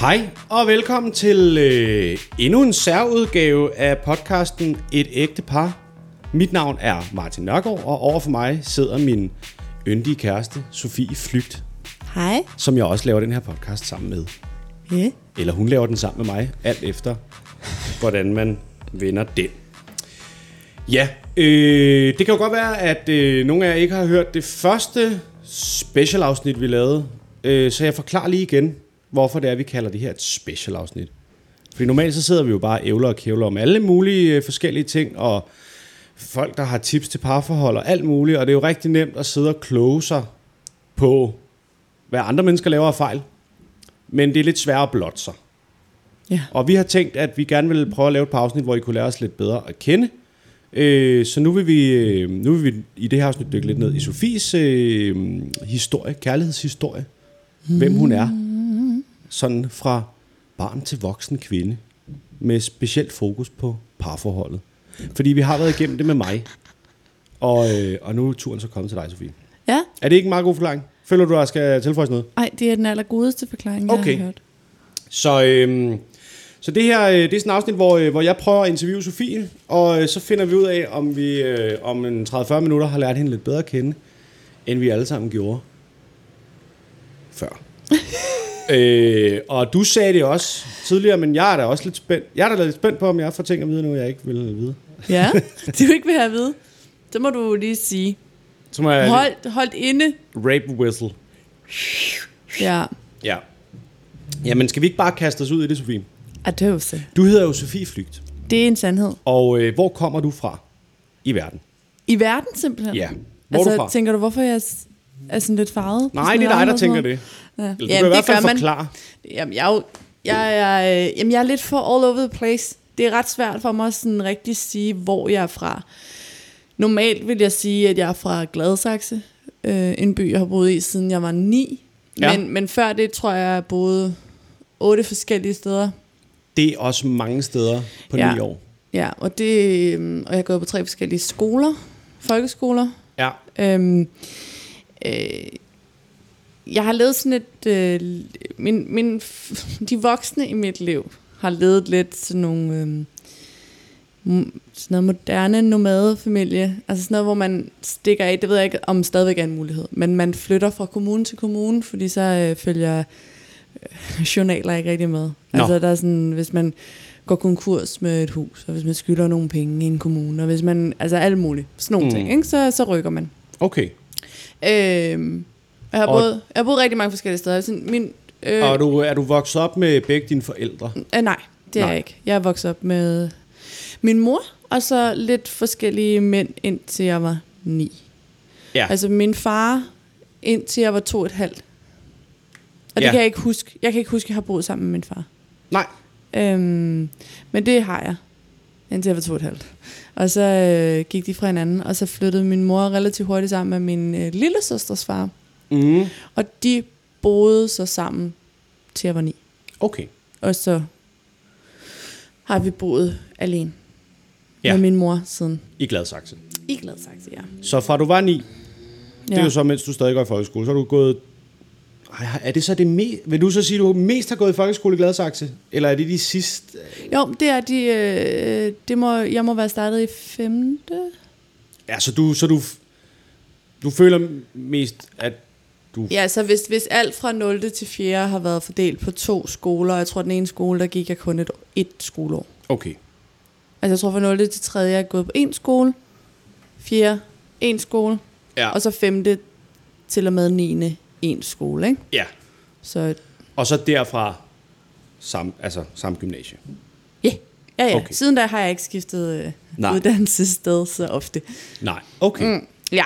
Hej og velkommen til øh, endnu en særudgave af podcasten Et ægte par. Mit navn er Martin Nørgaard, og overfor mig sidder min yndige kæreste, Sofie Flygt, Hej. som jeg også laver den her podcast sammen med. Ja. Eller hun laver den sammen med mig, alt efter, hvordan man vender den. Ja, øh, det kan jo godt være, at øh, nogle af jer ikke har hørt det første specialafsnit, vi lavede. Øh, så jeg forklarer lige igen, hvorfor det er, vi kalder det her et specialafsnit. Fordi normalt så sidder vi jo bare og ævler og kævler om alle mulige øh, forskellige ting, og folk, der har tips til parforhold og alt muligt, og det er jo rigtig nemt at sidde og kloge sig på, hvad andre mennesker laver af fejl. Men det er lidt sværere at blotte sig. Ja. Og vi har tænkt, at vi gerne vil prøve at lave et par afsnit, hvor I kunne lære os lidt bedre at kende. Øh, så nu vil, vi, øh, nu vil vi i det her afsnit dykke lidt ned i Sofies øh, historie, kærlighedshistorie. Hvem hun er. Sådan fra barn til voksen kvinde. Med specielt fokus på parforholdet. Fordi vi har været igennem det med mig. Og, øh, og nu er turen så kommet til dig, Sofie. Ja. Er det ikke en meget god forklaring? Føler du, at jeg skal tilføje noget? Ej, det er den allergodeste forklaring, jeg Okay. har hørt. Så, øhm, så det her øh, det er sådan et afsnit, hvor, øh, hvor jeg prøver at interviewe Sofie, og øh, så finder vi ud af, om vi øh, om en 30-40 minutter har lært hende lidt bedre at kende, end vi alle sammen gjorde før. øh, og du sagde det også tidligere, men jeg er da også lidt spændt. Jeg er da lidt spændt på, om jeg får ting at vide nu, jeg ikke vil vide. Ja, det vil ikke vil have at vide. Det må du lige sige. Som er Hold, holdt inde. rape whistle. Ja. Ja. Jamen, skal vi ikke bare kaste os ud i det, Sofie? Adøvse. Du hedder jo Sofie Flygt, Det er en sandhed. og øh, hvor kommer du fra i verden? I verden simpelthen. Ja. Hvor Hvor er du altså, fra? tænker du, hvorfor jeg s- er sådan lidt farvet? på Nej, sådan det er dig, arm der og sådan tænker noget? det. Ja. Eller, du Jamen, kan i hvert det gør fald man. forklare. Jamen, jeg er, jo, jeg, er, øh, jamen, jeg er lidt for all over the place. Det er ret svært for mig at sådan rigtig sige, hvor jeg er fra. Normalt vil jeg sige, at jeg er fra Gladsaxe, øh, en by, jeg har boet i, siden jeg var ni. Ja. Ja. Men, men før det, tror jeg, jeg boede otte forskellige steder. Det er også mange steder på Ja. ja. 9 år. Ja, og, det, øh, og jeg har gået på tre forskellige skoler, folkeskoler. Ja. Øhm, øh, jeg har levet sådan et... Øh, min, min, f- de voksne i mit liv har levet lidt sådan nogle... Øh, sådan noget moderne nomadefamilie. Altså sådan noget, hvor man stikker af. Det ved jeg ikke, om stadigvæk er en mulighed. Men man flytter fra kommune til kommune, fordi så øh, følger øh, journaler ikke rigtig med. Nå. Altså der er sådan, hvis man går konkurs med et hus, og hvis man skylder nogle penge i en kommune, og hvis man, altså alt muligt, sådan nogle Mm. mm. ting, ikke? Så, så rykker man. Okay. Øhm, og jeg, har Og- boet, jeg har boet rigtig mange forskellige steder. Sådan min, øh, Øh. Og er du, er du vokset op med begge dine forældre? øh, nej, det er Nej. jeg ikke. Jeg er vokset op med min mor, og så lidt forskellige mænd, indtil jeg var ni. Ja. Altså min far, indtil jeg var to og et halvt. Og det Ja. kan jeg ikke huske. Jeg kan ikke huske, at jeg har boet sammen med min far. Nej. Øhm, men det har jeg, indtil jeg var to og et halvt. Og så øh, gik de fra hinanden, og så flyttede min mor relativt hurtigt sammen med min øh, lille søsters far. Mm. Og de boede så sammen til jeg var ni. Okay. Og så har vi boet alene Ja. ja. med min mor siden. I Gladsaxe. I Gladsaxe, ja. Så fra du var 9, ja. det er ja. jo så, mens du stadig går i folkeskole, så har du gået... Ej, er det så det mest... Vil du så sige, at du mest har gået i folkeskole i Gladsaxe? Eller er det de sidste... jo, det er de... Øh, det må, jeg må være startet i femte. Ja, så du... Så du, du føler mest, at du... Ja, så hvis, hvis alt fra 0. til 4. har været fordelt på to skoler, og jeg tror, den ene skole, der gik jeg kun et, et skoleår. Okay. Altså, jeg tror, fra 0. til 3. jeg er gået på en skole, 4. en skole, Ja. og så 5. til og med 9. en skole, ikke? ja. Så Og så derfra samme, altså, samme gymnasie. Ja, ja, ja. Okay. Okay. Siden da har jeg ikke skiftet Nej. øh, uddannelsessted så ofte. Nej. Okay. Mm. Ja.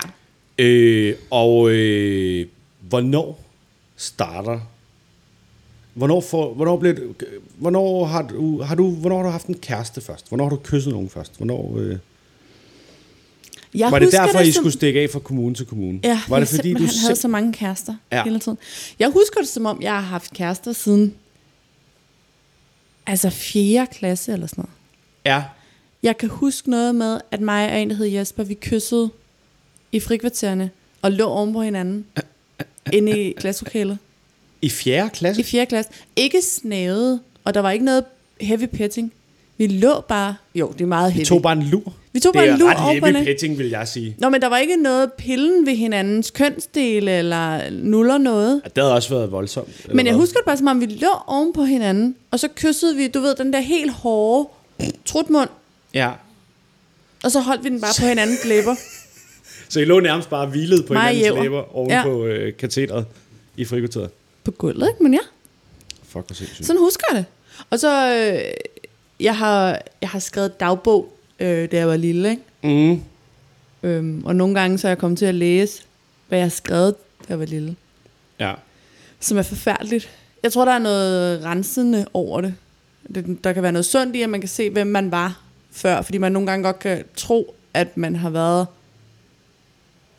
Øh, og øh, hvornår starter... Hvornår, får, hvornår, blev du, hvornår, har du, har du, hvornår har du haft en kæreste først? Hvornår har du kysset nogen først? Hvornår, øh, Jeg var det husker derfor, I som- skulle stikke af fra kommune til kommune? Ja, var det jeg fordi, du simpelthen havde simp- så mange kærester Ja. ja. hele tiden. Jeg husker det, som om jeg har haft kærester siden altså 4. klasse eller sådan noget. Ja, Jeg kan huske noget med, at mig og en, der hed Jesper, vi kyssede i frikvartererne og lå oven på hinanden inde i klasselokalet. I fjerde klasse? i 4. klasse. Ikke snavet, og der var ikke noget heavy petting. Vi lå bare... Jo, det er meget heavy. Vi tog bare en lur. Vi tog bare det en lur er ret over på heavy hinanden. petting, vil jeg sige. Nå, men der var ikke noget pillen ved hinandens kønsdele, eller nuller noget. Ja, det havde også været voldsomt. eller Men jeg hvad? husker det bare, som om vi lå oven på hinanden, og så kyssede vi, du ved, den der helt hårde trutmund, Ja. og så holdt vi den bare på hinandens læber. Så I lå nærmest bare hvilet på Meget hinandens jæver. læber oven ja. Ja. på øh, katheteret i frikvarteret. På gulvet, ikke? Men ja. Fuck, hvor sindssygt. Sådan husker jeg det. Og så, øh, jeg har, jeg har skrevet dagbog, øh, da jeg var lille, ikke? Mm. Øhm, og nogle gange så er jeg kommet til at læse, hvad jeg har skrevet, da jeg var lille. Ja. Som er forfærdeligt. Jeg tror, der er noget rensende over det. det. Der kan være noget sundt i, at man kan se, hvem man var før. Fordi man nogle gange godt kan tro, at man har været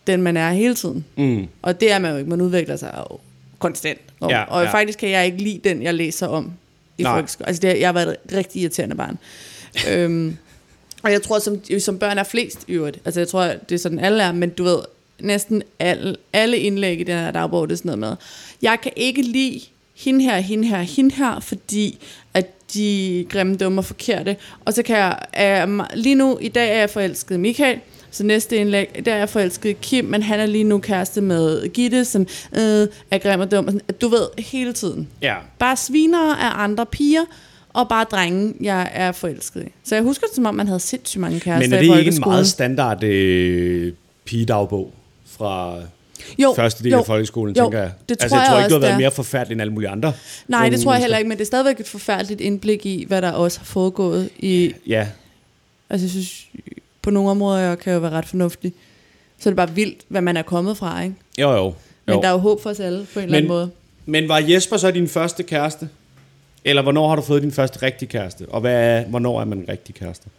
den, man er hele tiden. Mm. Og det er man jo ikke. Man udvikler sig jo konstant. Og, Ja, ja, og ja. ja. faktisk kan jeg ikke lide den, jeg læser om i Nej. folkeskolen. Altså, det, jeg har været et rigtig irriterende barn. øhm, og jeg tror, som, som børn er flest i øvrigt. Altså, jeg tror, det er sådan, alle er. Men du ved, næsten alle, alle indlæg i den her dagbog, det er sådan noget med, jeg kan ikke lide hende her, hende her, hende her, fordi at de er grimme, dumme og forkerte. Og så kan jeg, øh, lige nu, i dag er jeg forelsket i Michael, så næste indlæg, der er jeg forelsket i Kim, men han er lige nu kæreste med Gitte, som øh, er grim og dum. Og sådan, at du ved, hele tiden. Ja. Bare svinere af andre piger, og bare drenge, jeg er forelsket i. Så jeg husker det, som om man havde sindssygt mange kærester Men er i det ikke en folkeskolen. meget standard øh, pigedagbog fra jo, første del jo, af folkeskolen, jo, tænker jeg? det tror altså, jeg, tror jeg ikke, du har også, været det er. mere forfærdelig end alle mulige andre. Nej, det unge tror jeg mennesker. heller ikke, men det er stadigvæk et forfærdeligt indblik i, hvad der også har foregået i... Ja, Altså, jeg synes, på nogle områder jeg kan jo være ret fornuftig. Så er det bare vildt, hvad man er kommet fra, ikke? jo jo. jo. Men der er jo håb for os alle, på en eller anden måde. men var Jesper så din første kæreste? Eller hvornår har du fået din første rigtige kæreste? Og hvad er, hvornår er man en rigtig kæreste?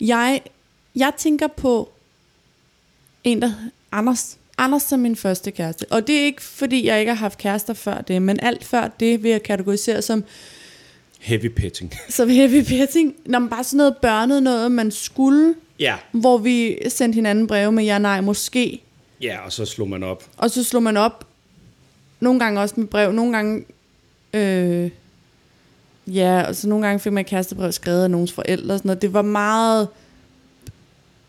Jeg, jeg tænker på en, der Anders. Anders som min første kæreste. Og det er ikke, fordi jeg ikke har haft kærester før det, men alt før det vil jeg kategorisere som, Heavy petting. som heavy petting. Når man bare sådan noget børnet noget, man skulle, ja, hvor vi sendte hinanden breve med ja, nej, måske. ja, og så slog man op. Og så slog man op. Nogle gange også med brev. Nogle gange... Øh, ja, og så nogle gange fik man et kærestebrev skrevet af nogens forældre og sådan noget. Det var meget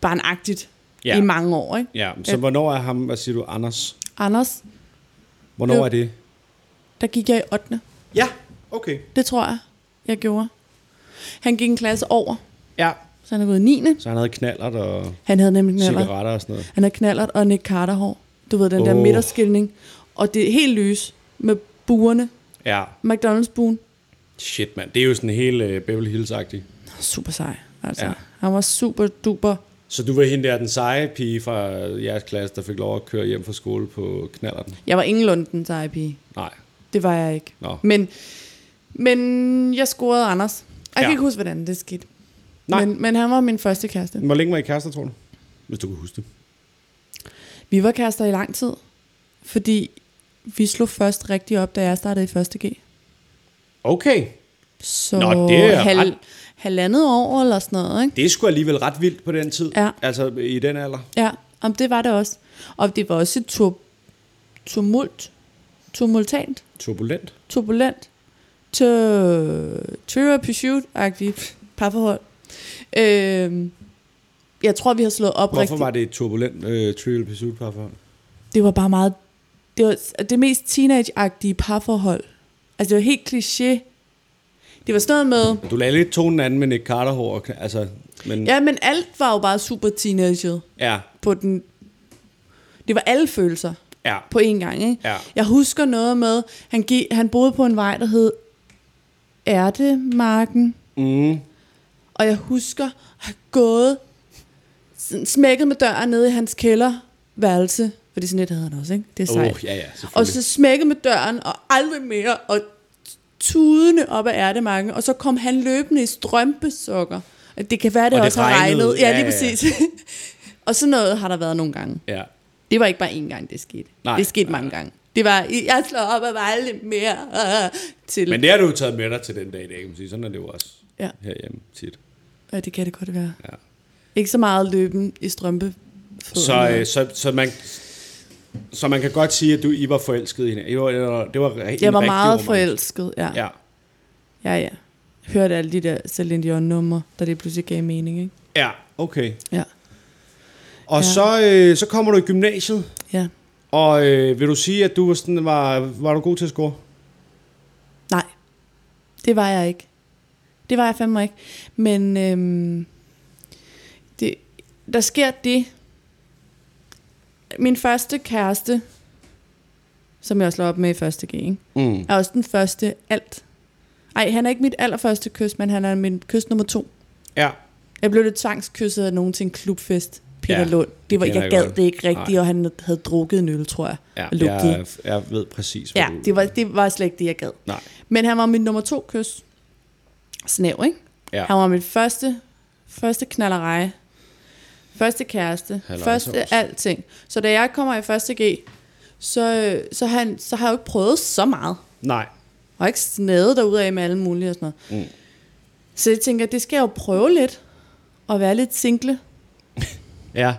barnagtigt Ja. ja. i mange år, ikke? Ja, så Ja. hvornår er ham, hvad siger du, Anders? Anders, Hvornår Jo. er det? der gik jeg i 8. Ja, okay. Det tror jeg, jeg gjorde. Han gik en klasse over, Ja. så han er gået i 9. Så han havde knallert og Han havde nemlig knallert. cigaretter og sådan noget. Han havde knallert og Nick Carter-hår. Du ved, den oh. der Åh. midterskilning. Og det er helt lys med buerne. Ja, McDonald's-buen. shit mand. Det er jo sådan helt øh, Beverly Hills-agtigt. Super sej, altså. Ja. Ja. Han var super duper Så du var hende der, den seje pige fra jeres klasse, der fik lov at køre hjem fra skole på knallerten? Jeg var ingenlunde den seje pige. Nej. Det var jeg ikke. Nå. Men, men jeg scorede Anders. Jeg kan Ja. ikke huske, hvordan det skete. Nej. Men, men han var min første kæreste. Hvor længe var I kærester, tror du? Hvis du kan huske det. Vi var kærester i lang tid, fordi vi slog først rigtig op, da jeg startede i 1. G. Okay. Så Nå, det er ret- halvandet år eller sådan noget, ikke? Det er sgu alligevel ret vildt på den tid. Ja. Altså i den alder. Ja, om det var det også. Og det var også et tur, tumult, tumultant, Turbulent. turbulent, tøver pursuit-agtigt parforhold. Øhm, jeg tror, vi har slået op Hvorfor rigtigt. var det et turbulent øh, trivial pursuit parforhold? Det var bare meget... Det var det mest teenage-agtige parforhold. Altså, det var helt kliché. Det var sådan noget med... Du lagde lidt tonen anden med Nick Carter hår. Og, kn- altså, men, Ja, men alt var jo bare super teenaget ja. på den... Det var alle følelser Ja. på én gang, ikke? Ja. Jeg husker noget med... Han, gik, han boede på en vej, der hed Ærtemarken. Mm. Og jeg husker at have gået, sådan smækket med døren nede i hans kælderværelse. Fordi sådan et havde han også, ikke? Det er sejt. Oh, ja, ja, og selvfølgelig. så smækket med døren, og aldrig mere, og tudende op ad ærtemarken. Og så kom han løbende i strømpesokker. Og Det kan være, det, Og det også har regnede. regnet. Ja, lige Ja, ja, ja. præcis. og sådan noget har der været nogle gange. Ja. Det var ikke bare én gang, det skete. Nej, det skete nej, mange gange. Det var, jeg slår op ad aldrig mere øh, til... Men det har du jo taget med dig til den dag i dag, kan man sige. Sådan er det jo også ja. herhjemme tit. ja, det kan det godt være. Ja. Ikke så meget løben i strømpe. Så, øh, så, så øh, man, Så man kan godt sige, at du, I var forelsket i hende. I var, det var, det var en Jeg var rigtig meget romance. forelsket, ja. Ja. Ja, ja. Hørte alle de der Celine Dion-numre, da det pludselig gav mening, ikke? ja, okay. Ja. Og Ja. ja. Så, øh, så kommer du i gymnasiet, ja. og øh, vil du sige, at du var, sådan, var, var du god til at score? Nej, det var jeg ikke. Det var jeg fandme ikke. Men øhm, det, der sker det. Min første kæreste, som jeg også slår op med i første G, ikke? Mm. er også den første alt. Ej, han er ikke mit allerførste kys, men han er min kys nummer to. Ja. Jeg blev lidt tvangskysset af nogen til en klubfest. Peter Ja, ja, Lund. Det var, kender jeg jeg gad godt. det ikke rigtigt, Nej. og han havde drukket en øl, tror jeg. Ja, og lugtede. jeg, jeg ved præcis, hvad Ja, du... det var, det var slet ikke det, jeg gad. Nej. Men han var min nummer to kys. Snæv, ikke? Ja. Han var mit første, første knallereje. Første kæreste. Halløj, sovs. første alting. Så da jeg kommer i første G, så, øh, så, han, så har jeg jo ikke prøvet så meget. Nej. Og ikke snedet derudad med alle mulige og sådan noget. Mm. Så jeg tænker, det skal jeg jo prøve lidt. Og være lidt single. Ja.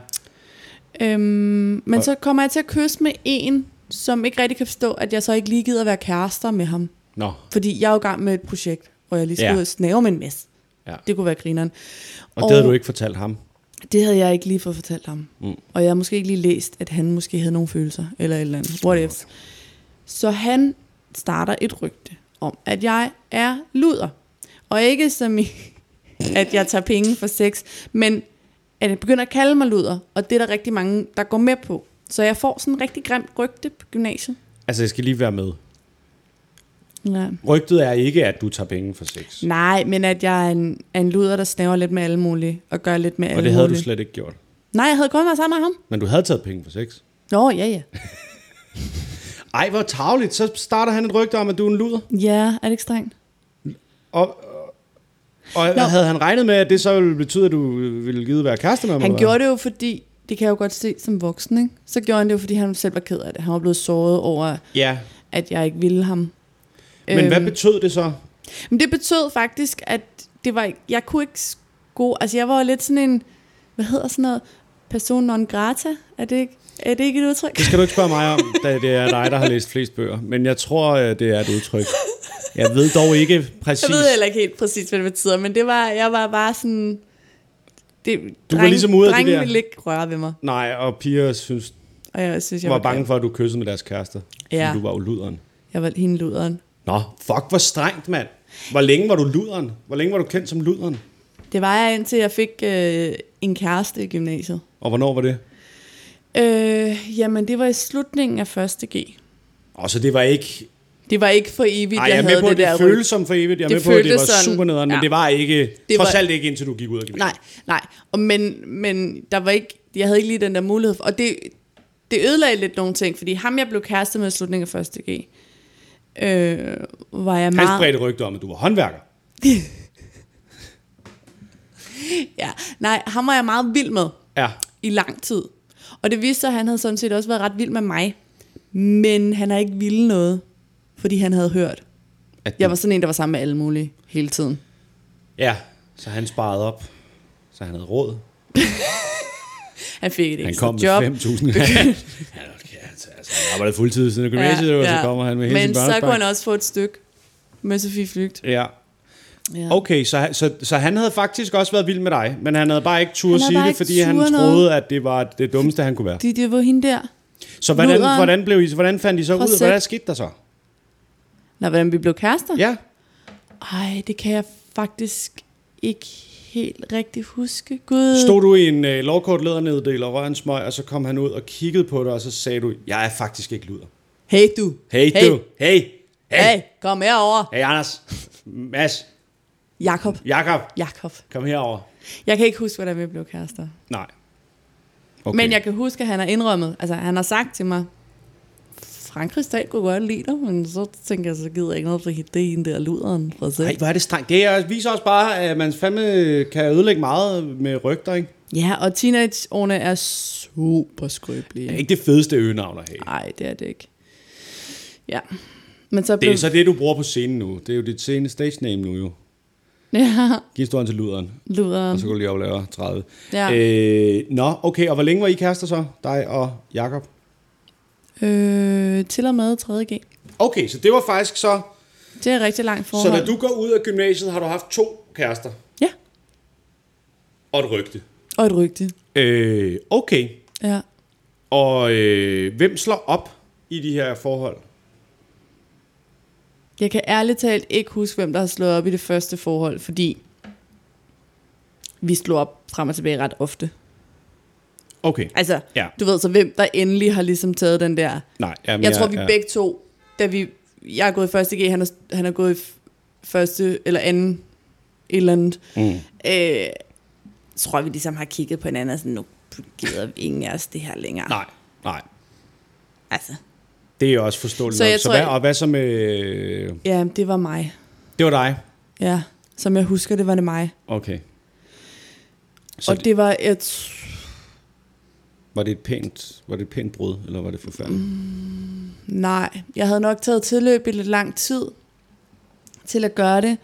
Øhm, men Og- så kommer jeg til at kysse med en, som ikke rigtig kan forstå, at jeg så ikke lige gider at være kærester med ham. Nå. Fordi jeg er jo i gang med et projekt, hvor jeg lige Ja. skulle ja. snave med en masse. Ja. Det kunne være grineren. Og, og det havde du ikke fortalt ham. Det havde jeg ikke lige fået fortalt ham. Mm. Og jeg havde måske ikke lige læst, at han måske havde nogle følelser, eller et eller andet. What if. Så han starter et rygte om, at jeg er luder. Og ikke som i, at jeg tager penge for sex, men at jeg begynder at kalde mig luder. Og det er der rigtig mange, der går med på. Så jeg får sådan en rigtig grimt rygte på gymnasiet. Altså, jeg skal lige være med. Ja. Rygtet er ikke, at du tager penge for sex. Nej, men at jeg er en, er en luder, der snæver lidt med alle mulige, og gør lidt med alle Og det havde du mulige. slet ikke gjort. Nej, jeg havde kun været sammen med ham. Men du havde taget penge for sex. Nå, ja, ja. Ej, hvor tavligt. Så starter han et rygte om, at du er en luder. Ja, er det ikke strengt? Og, og Nå. havde han regnet med, at det så ville betyde, at du ville gide være kæreste med ham? Han eller hvad? gjorde det jo, fordi, det kan jeg jo godt se som voksen, ikke? så gjorde han det jo, fordi han selv var ked af det. Han var blevet såret over, Ja, at jeg ikke ville ham. men øhm. hvad betød det så? men det betød faktisk, at det var, ikke- jeg kunne ikke sko... Altså, jeg var jo lidt sådan en... Hvad hedder sådan noget? Person non grata? Er det ikke, er det ikke et udtryk? Det skal du ikke spørge mig om, da det er dig, der har læst flest bøger. Men jeg tror, øh, det er et udtryk. Jeg ved dog ikke præcis. Jeg ved heller ikke helt præcis, hvad det betyder, men det var, jeg var bare sådan... Det, Du var ligesom ude af det drengen der. ville ikke røre ved mig, Nej, og piger synes, og jeg synes, jeg var bange for, at du kyssede med deres kæreste. Ja. Ja. du var jo luderen. Jeg var hende luderen. Nå, fuck, hvor strengt, mand. Hvor længe var du luderen? Hvor længe var du kendt som luderen? Det var jeg, indtil jeg fik øh, en kæreste i gymnasiet. Og hvornår var det? Øh, jamen, det var i slutningen af 1. G. Og så det var ikke... Det var ikke for evigt, Ej, jeg, jeg er havde med på, det at det der føles som for evigt. Jeg er Det med på, at det føltes var sådan, super nederen, ja. men det var ikke... Det Det var- trods alt ikke, indtil du gik ud af gymnasiet. Nej, nej. Og men, men der var ikke, jeg havde ikke lige den der mulighed. For, og det, det ødelagde lidt nogle ting, fordi ham, jeg blev kæreste med i slutningen af 1. G, øh, var jeg Han meget... spredte rygter om, at du var håndværker. Ja, nej, ham var jeg meget vild med Ja. i lang tid. Og det viste sig, at han havde sådan set også været ret vild med mig. Men han har ikke ville noget, fordi han havde hørt. At du, Jeg var sådan en, der var sammen med alle mulige hele tiden. Ja, så han sparede op. Så han havde råd. Han fik et Han ekstra kom med job. 5.000. han, altså, han arbejdede fuldtid siden gymnasiet, og så kommer han med hele Men sin så kunne han børnespark. også få et stykke med Sofie Flygt. Ja. Ja. Okay, så, så, så han havde faktisk også været vild med dig, men han havde bare ikke tur at havde sige bare det, ikke fordi han turde noget. troede, at det var det dummeste, han kunne være. Det, det var hende der. Så hvordan, Luderen. hvordan, blev I, hvordan fandt I så ud? Procent. Hvad der skete der så? Nå, hvordan vi blev kærester? Ja. Ej, det kan jeg faktisk ikke helt rigtig huske. Gud. Stod du i en øh, lovkort ledernederdel og rør en smøg, og så kom han ud og kiggede på dig, og så sagde du, jeg er faktisk ikke luder. Hey du. Hey, hey. du. Hey. Hey. Hey, kom herover. Hey, Anders. Mads. Jakob. Jakob. Jakob. Kom herover. Jeg kan ikke huske, hvordan vi blev kærester. Nej. Okay. Men jeg kan huske, at han har indrømmet, altså han har sagt til mig, Frankrig stat kunne godt lide dig, men så tænker jeg, så gider jeg ikke noget, for det er hende der luderen fra selv. Ej, hvor er det strengt. Det er- viser også bare, at man fandme kan ødelægge meget med rygter, ikke? Ja, og teenageårene er super skrøbelige. Det er ikke det fedeste øgenavn at have. Nej, det er det ikke. Ja. Men så Det blev... er så det, du bruger på scenen nu. Det er jo dit scene stage name nu, jo. Ja, Giv historien til luderen, luderen. og så kan du lige opleve 30. Ja. Øh, nå, okay, og hvor længe var I kærester så? Dig og Jakob? øh, til og med 3.G. Okay, så det var faktisk så... Det er et rigtig langt Så forhold. da du går ud af gymnasiet, har du haft to kærester Ja, og et rygte. og et rygte. Øh, okay. Ja. Og øh, hvem slår op i de her forhold? Jeg kan ærligt talt ikke huske, hvem der har slået op i det første forhold, fordi vi slog op frem og tilbage ret ofte. Okay. Altså, Ja. du ved så, hvem der endelig har ligesom taget den der. Nej, jamen, Jeg tror, vi ja. begge to, da vi, jeg er gået i første G, han er, han er gået i f- første eller anden et eller andet. Mm. Øh, tror jeg, vi ligesom har kigget på hinanden og sådan, nu gider vi ingen af os det her længere. Nej, nej. Altså, Det er også forståeligt. Så Så, jeg så tror, hvad, jeg- og hvad så med... øh, ja, det var mig. Det var dig. Ja, som jeg husker, det var det mig. Okay. Så Så og det, det... det var et... Var, det et pænt, var det et pænt brud, eller var det forfærdeligt? Mm. Nej, jeg havde nok taget tilløb i lidt lang tid til at gøre det,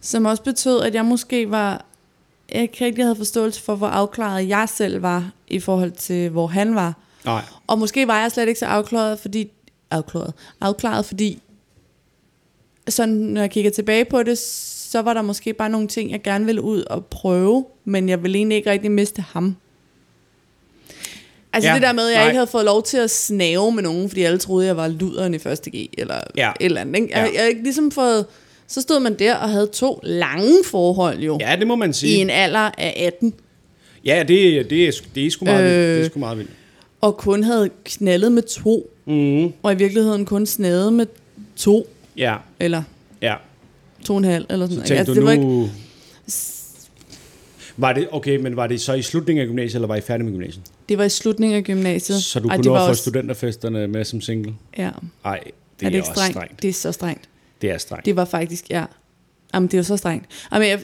som også betød, at jeg måske var, jeg ikke rigtig havde forståelse for, hvor afklaret jeg selv var i forhold til, hvor han var. Nej. Og måske var jeg slet ikke så afklaret, fordi, afklaret, afklaret, fordi sådan, når jeg kigger tilbage på det, så var der måske bare nogle ting, jeg gerne ville ud og prøve, men jeg ville egentlig ikke rigtig miste ham. Altså Ja, ja, det der med, at jeg nej. ikke havde fået lov til at snave med nogen, fordi alle troede, jeg var luderen i 1.G, eller Ja. ja. et eller andet. Ikke? Jeg, Ja. ja. jeg havde ikke ligesom fået... Så stod man der og havde to lange forhold jo, ja. Ja, det må man i sige. en alder af 18, Ja, det, det, er, sgu- det er sgu meget øh... vildt. Det er sgu meget vildt. og kun havde knaldet med to, Mm. og i virkeligheden kun snaget med to, Ja, eller ja. to og en halv, eller sådan Så noget. tænkte altså, altså, det du var nu... ikke, Ikke... Var det, okay, men var det så i slutningen af gymnasiet, eller var I færdig med gymnasiet? det var i slutningen af gymnasiet. Så du Ej, kunne det nå var at få også- studenterfesterne med som single? Ja. Nej, det er, Det er, det ikke også strengt? strengt. strengt. Det er så strengt. Det er strengt. Det var faktisk, ja. Jamen, det er jo så strengt. Jamen, jeg,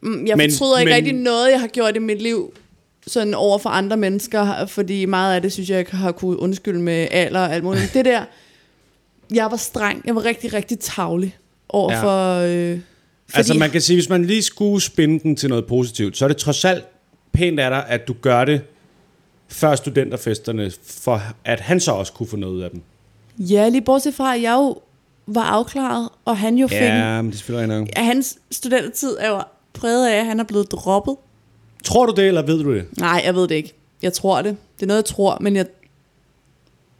mm, Men- jeg men, fortryder ikke men- men, rigtig noget, jeg har gjort i mit liv, sådan over for andre mennesker, fordi meget af det, synes jeg, jeg har kunne undskylde med alder og alt muligt. Det der, jeg var streng. Jeg var rigtig, rigtig tavlig over Ja. ja. for... Øh, fordi, Altså man kan sige, hvis man lige skulle spinde den til noget positivt, så er det trods alt pænt af dig, at du gør det før studenterfesterne, for at han så også kunne få noget ud af dem. Ja, lige bortset fra, at jeg jo var afklaret, og han jo fik en men det er selvfølgelig nok. at hans studentertid er jo præget af, at han er blevet droppet. Tror du det, eller ved du det? Nej, jeg ved det ikke. Jeg tror det. Det er noget, jeg tror, men jeg,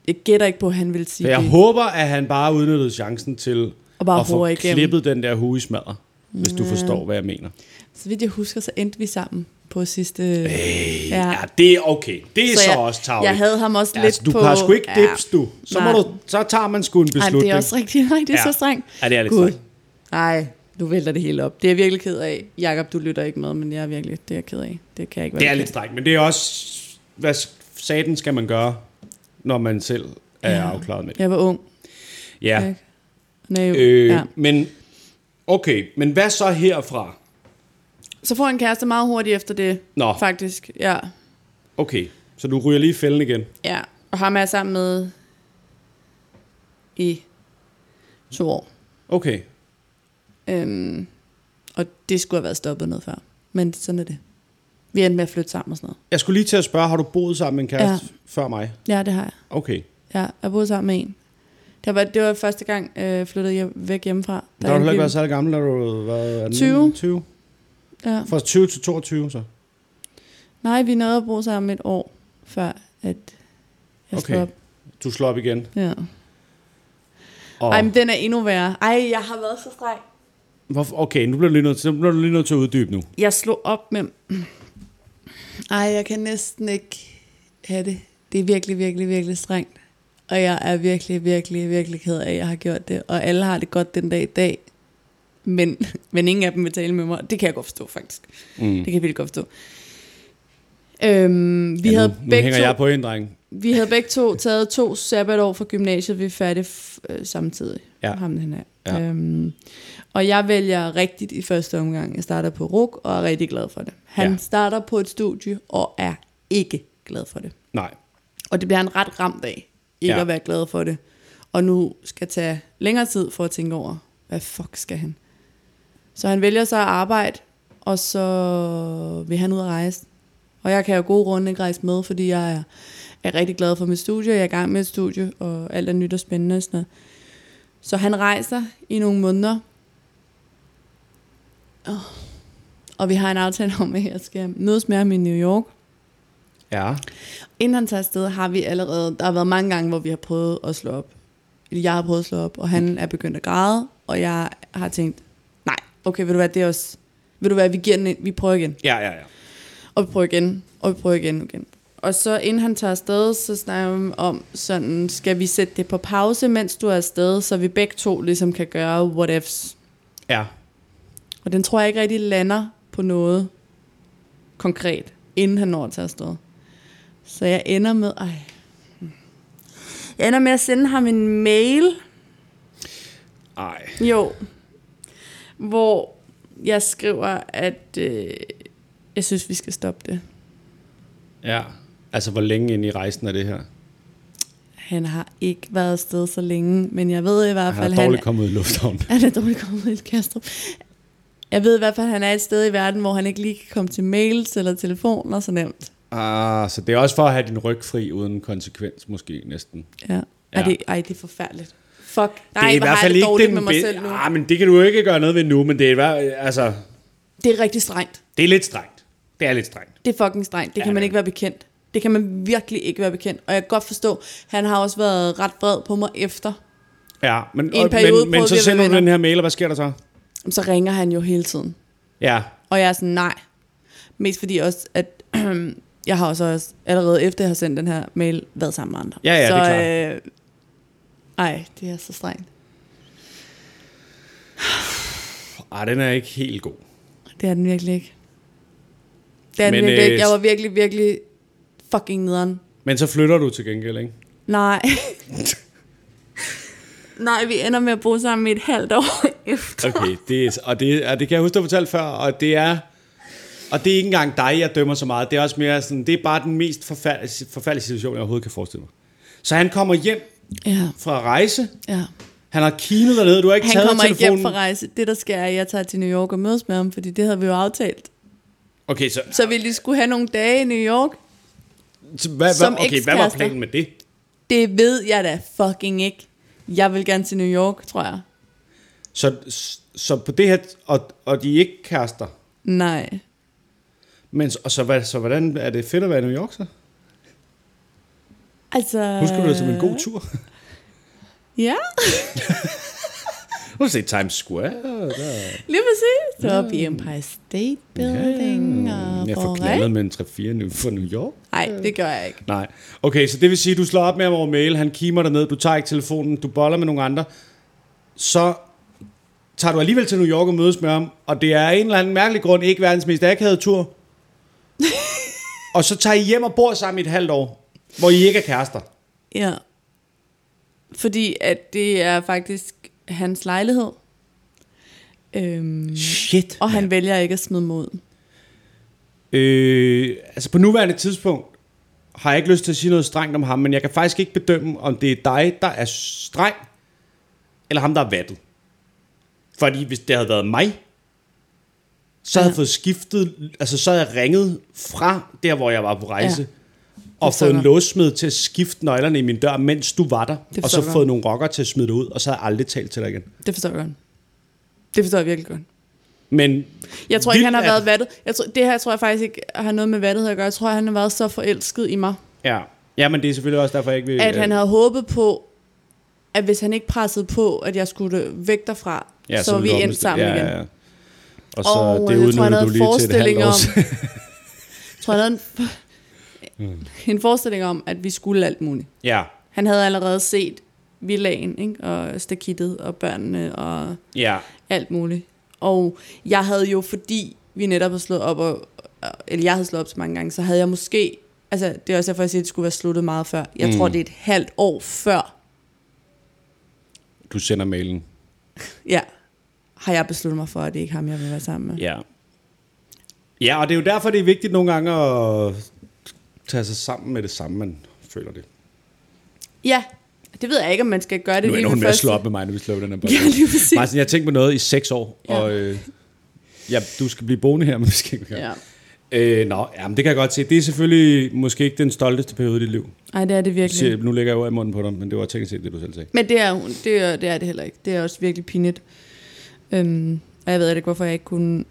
jeg gætter ikke på, at han vil sige For jeg det. håber, at han bare udnyttede chancen til Og bare at få hore igennem. Mm. klippet den der hue i smadret, hvis du forstår, hvad jeg mener. Så vidt jeg husker, så endte vi sammen på sidste... Øh, ja. Ja, det er okay. Det er så, jeg, også tavligt. Jeg havde ham også ja, lidt altså, du på... kan sgu ikke dips, du. Så, må Nej. du, så tager man sgu en Ej, beslutning. men det er også rigtigt. Nej, det er Ja. ja. så strengt. Ja, det er lidt Gud. strengt. Nej, du vælter det hele op. Det er jeg virkelig ked af. Jakob, du lytter ikke med, men jeg er virkelig... Det er jeg ked af. Det kan jeg ikke være Det er bekendt. lidt strengt, men det er også, hvad satan skal man gøre, når man selv er ja. Ja. afklaret med det. Jeg var ung. Ja. Ikke? Naiv. Øh, ja. Men, okay, men hvad så herfra? Så får jeg en kæreste meget hurtigt efter det, Nå. faktisk. Ja. Okay, så du ryger lige i fælden igen. ja. Og ham er jeg sammen med i to år. Okay, Øhm, og det skulle have været stoppet noget før. Men sådan er det. Vi endte med at flytte sammen og sådan noget. jeg skulle lige til at spørge, har du boet sammen med en kæreste ja. før mig? Ja, det har jeg. Okay, Ja, jeg boede sammen med en. Det var, det var første gang, øh, jeg flyttede hjem, væk hjemmefra. der har du heller ikke angiv- været særlig gammel, da du var 20. 20. ja. Fra 20 til 22, så. Nej, vi nåede at bo sammen et år, før at Okay. jeg okay. op. Du slår op igen. Ja. Og, Ej, men den er endnu værre. Ej, jeg har været så streng. hvorfor, okay, nu bliver du lige nødt til, nu bliver du lige nødt til at uddybe nu. Jeg slog op med... Ej, jeg kan næsten ikke have det. Det er virkelig, virkelig, virkelig strengt. Og jeg er virkelig, virkelig, virkelig ked af, at jeg har gjort det. Og alle har det godt den dag i dag. Men, men ingen af dem vil tale med mig. Det kan jeg godt forstå, faktisk. Mm. Det kan jeg virkelig godt forstå. Øhm, vi, ja, ja, havde nu, nu begge hænger to, jeg på en, dreng. vi havde begge to taget to sabbatår fra gymnasiet. Vi er færdige f- øh, samtidig. Ja. Ham, han er. Ja. Øhm, og jeg vælger rigtigt i første omgang. Jeg starter på RUK og er rigtig glad for det. Han Ja. ja. starter på et studie og er ikke glad for det. Nej. Og det bliver han ret ramt af, ikke Ja. ja. at være glad for det. Og nu skal tage længere tid for at tænke over, hvad fuck skal han? Så han vælger så at arbejde, og så vil han ud og rejse. Og jeg kan jo gode grunde ikke rejse med, fordi jeg er er rigtig glad for mit studie, jeg er i gang med et studie, og alt er nyt og spændende og sådan noget. Så han rejser i nogle måneder, oh. og vi har en aftale om, at jeg skal mødes med ham i New York. Ja. Inden han tager afsted, har vi allerede, der har været mange gange, hvor vi har prøvet at slå op. Eller Jeg har prøvet at slå op, og han er begyndt at græde, og jeg har tænkt, nej, okay, vil du være det er også, vil du være, vi giver den, en- vi prøver igen. Ja, ja, ja. Og vi prøver igen, og vi prøver igen og igen. Og så inden han tager afsted, så snakker vi om sådan, skal vi sætte det på pause, mens du er afsted, så vi begge to ligesom kan gøre what ifs. Ja. Og den tror jeg ikke rigtig lander på noget konkret, inden han når at tage afsted. Så jeg ender med, ej. Jeg ender med at sende ham en mail, Ej. jo, hvor jeg skriver, at øh, jeg synes, vi skal stoppe det. Ja. Altså, hvor længe ind i rejsen er det her? Han har ikke været afsted så længe, men jeg ved i hvert Han fald, er dårligt kommet ud i lufthavnen. han er dårligt kommet ud i Kastrup. Jeg ved i hvert fald, at han er et sted i verden, hvor han ikke lige kan komme til mails eller telefoner så nemt. Ah, så det er også for at have din ryg fri uden konsekvens, måske næsten. Ja. Ej, Ja. det, ej, det er forfærdeligt. Fuck. Nej, det er hvor har jeg det dårligt med mig bed- selv nu. Ah, men det kan du jo ikke gøre noget ved nu, men det er, i hver- altså, Det er rigtig strengt. det er lidt strengt. Det er lidt strengt. Det er fucking strengt. Det kan Ja, man det- ikke være bekendt. Det kan man virkelig ikke være bekendt. Og jeg kan godt forstå, han har også været ret vred på mig efter. Ja, men, I en og, periode men, men prøvede så vi at sender være du den her mail, og hvad sker der så? Så ringer han jo hele tiden. Ja, Og jeg er sådan, nej. Mest fordi også, at jeg har også, også allerede efter jeg har sendt den her mail, været sammen med andre. Ja, ja, så, det er klart. Øh, ej, det er så strengt. ah, den er ikke helt god. Det er den virkelig ikke. Det er den Men, virkelig øh, ikke. Jeg var virkelig, virkelig fucking nederen. Men så flytter du til gengæld, ikke? Nej. Nej, vi ender med at bo sammen i et halvt år efter. Okay, det er, og, det, og det kan jeg huske, du fortalte før, og det er... Og det er ikke engang dig, jeg dømmer så meget. Det er også mere sådan, det er bare den mest forfærdelige, forfærdelige situation, jeg overhovedet kan forestille mig. Så han kommer hjem Ja, fra rejse. ja. Han har kinet dernede. Du har ikke Han taget kommer ikke telefonen. hjem fra rejse. Det, der sker, er, at jeg tager til New York og mødes med ham, fordi det havde vi jo aftalt. Okay, så, Så vi lige skulle have nogle dage i New York. så hvad, Som hvad, okay, hvad var ekskærester. planen med det? Det ved jeg da fucking ikke. Jeg vil gerne til New York, tror jeg. Så, så på det her, og, og de er ikke kærester. Nej. Men, så- og så, hvad, så hvordan er det fedt at være i New York så? Altså... Husker du det som en god tur? Ja, Hun se Times Square. Der. lige præcis. Så op i Empire State Building og Jeg får Borg, knaldet med en 3-4 nu fra New York. Nej, det gør jeg ikke. Nej. Okay, så det vil sige, at du slår op med ham over mail, han kimer dig ned, du tager ikke telefonen, du boller med nogle andre. Så tager du alligevel til New York og mødes med ham, og det er af en eller anden mærkelig grund ikke verdens mest akavede tur. og så tager I hjem og bor sammen i et halvt år, hvor I ikke er kærester. Ja. Fordi at det er faktisk hans lejlighed. Øhm, Shit. og han vælger ikke at smide mod. Øh, altså på nuværende tidspunkt har jeg ikke lyst til at sige noget strengt om ham, men jeg kan faktisk ikke bedømme, om det er dig, der er streng, eller ham, der er vattet. Fordi hvis det havde været mig, så havde jeg Ja. fået skiftet, altså så havde jeg ringet fra der, hvor jeg var på rejse, Ja. og forstår fået en jeg. låsmed til at skifte nøglerne i min dør, mens du var der, og forstår så jeg. fået nogle rocker til at smide det ud, og så havde jeg aldrig talt til dig igen. Det forstår jeg godt. Det forstår jeg virkelig godt. Men Jeg tror ikke, Vildt han har er været det. vattet. Jeg tror, det her tror jeg faktisk ikke har noget med vattet at gøre. Jeg tror, han har været så forelsket i mig, ja, ja men det er selvfølgelig også derfor, jeg ikke vil... at øh, han havde håbet på, at hvis han ikke pressede på, at jeg skulle øh, væk derfra, så var vi ville du endt opmiste- sammen ja, igen. Ja, ja. Og så Og og jeg det tror, udnyttede han havde du lige til et forestilling halvt år. om- siden. Jeg tror, han havde en, Hmm. en forestilling om, at vi skulle alt muligt. ja, Han havde allerede set villagen, ikke? og stakittet, og børnene, og ja, alt muligt. Og jeg havde jo, fordi vi netop havde slået op, og, og- eller jeg havde slået op så mange gange, så havde jeg måske, altså det er også derfor, jeg siger, at det skulle være sluttet meget før. Jeg mm. tror, Hmm. det er et halvt år før, du sender mailen. ja, har jeg besluttet mig for, at det ikke er ham, jeg vil være sammen med. Ja. Ja, og det er jo derfor, det er vigtigt nogle gange at tage sig sammen med det samme, man føler det. Ja, det ved jeg ikke, om man skal gøre det Nu er lige hun ved med at første. slå op med mig, når vi slår den her Ja, podcast. lige præcis. Martin, jeg har tænkt på noget i seks år, Ja. og øh, ja, du skal blive boende her, men vi skal ikke gøre. Ja. Øh, nå, jamen, det kan jeg godt se. Det er selvfølgelig måske ikke den stolteste periode i dit liv. Nej, det er det virkelig. Se, Nu lægger jeg jo i munden på dig, men det var teknisk set det, du selv sagde. Men det er, hun- det er, det er det heller ikke. Det er også virkelig pinligt. Øhm, og jeg ved ikke, hvorfor jeg ikke kunne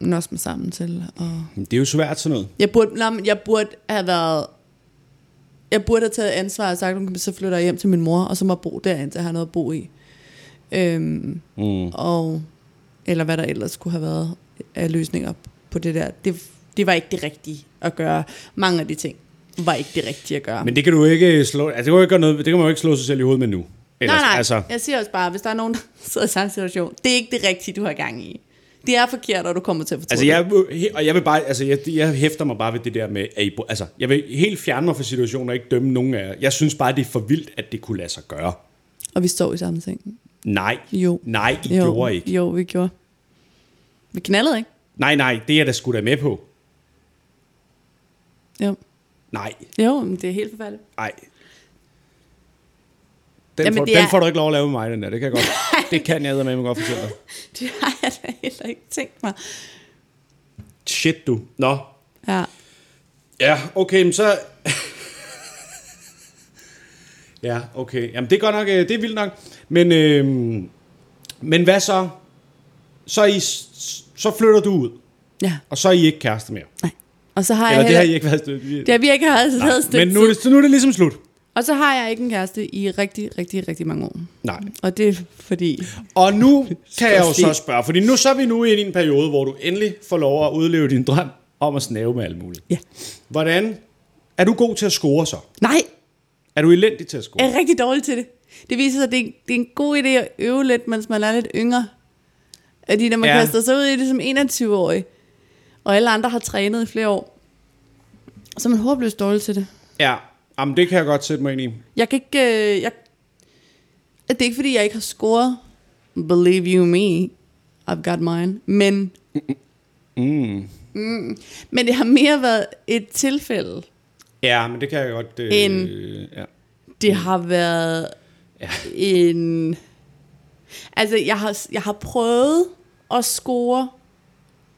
nås mig sammen til. Og Men Det er jo svært sådan noget. jeg, burde, nej, men jeg burde have været... Jeg burde have taget ansvar og sagt, at så flytter jeg hjem til min mor, og så må jeg bo der, indtil jeg har noget at bo i. Øhm, Mm. og, eller hvad der ellers kunne have været af løsninger på det der. Det, det var ikke det rigtige at gøre. Mange af de ting var ikke det rigtige at gøre. Men det kan du ikke slå... Altså, det, kan jo ikke gøre noget, det kan man jo ikke slå sig selv i hovedet med nu. Ellers, nej, nej. Altså, Jeg siger også bare, hvis der er nogen, der sidder i samme situation, det er ikke det rigtige, du har gang i. Det er forkert, og du kommer til at få Altså, jeg, og jeg vil bare, altså, jeg, jeg hæfter mig bare ved det der med, at I, br- altså, jeg vil helt fjerne mig fra situationen og ikke dømme nogen af jer. Jeg synes bare, det er for vildt, at det kunne lade sig gøre. Og vi står i samme seng. Nej. Jo. Nej, I jo. gjorde ikke. Jo, vi gjorde. Vi knaldede, ikke? Nej, nej, det er jeg da skulle da med på. Jo. Nej, Jo, men det er helt forfærdeligt. nej. Den, Jamen, Jamen, får, det den er- får du ikke lov at lave med mig, den der. Det kan jeg godt. det kan jeg med mig godt fortælle dig. Det har jeg da heller ikke tænkt mig. Shit, du. Nå. Ja. Ja, okay, men så... ja, okay. Jamen, det er godt nok... øh, Det er vildt nok. Men, øh, men hvad så? Så, er I, s- så flytter du ud, Ja. og så er I ikke kærester mere. Nej. Og så har Eller jeg det heller... har I ikke været... Det det har vi ikke haft et Nej, stykke men nu er, det, så nu er det ligesom slut. Og så har jeg ikke en kæreste i rigtig, rigtig, rigtig mange år. Nej. Og det er fordi... Og nu kan jeg jo Stort så stil. spørge, fordi nu så er vi nu inde i en periode, hvor du endelig får lov at udleve din drøm om at snave med alt muligt. Ja. Hvordan er du god til at score så? Nej, Er du elendig til at score? jeg er rigtig dårlig til det. Det viser sig, at det er, det er en god idé at øve lidt, mens man er lidt yngre. Fordi når man Ja. ja. kaster sig ud i det som 21-årig, og alle andre har trænet i flere år, så er man håbløst dårlig til det. Ja, Jamen, det kan jeg godt sætte mig ind i. Jeg kan ikke... øh, Jeg, det er ikke, fordi jeg ikke har scoret. Believe you me, I've got mine. Men... Mm. Mm. Men det har mere været et tilfælde. Ja, men det kan jeg godt... Øh, En- ja. Det har været Mm. Ja. ja. en... Altså, jeg har, jeg har prøvet at score,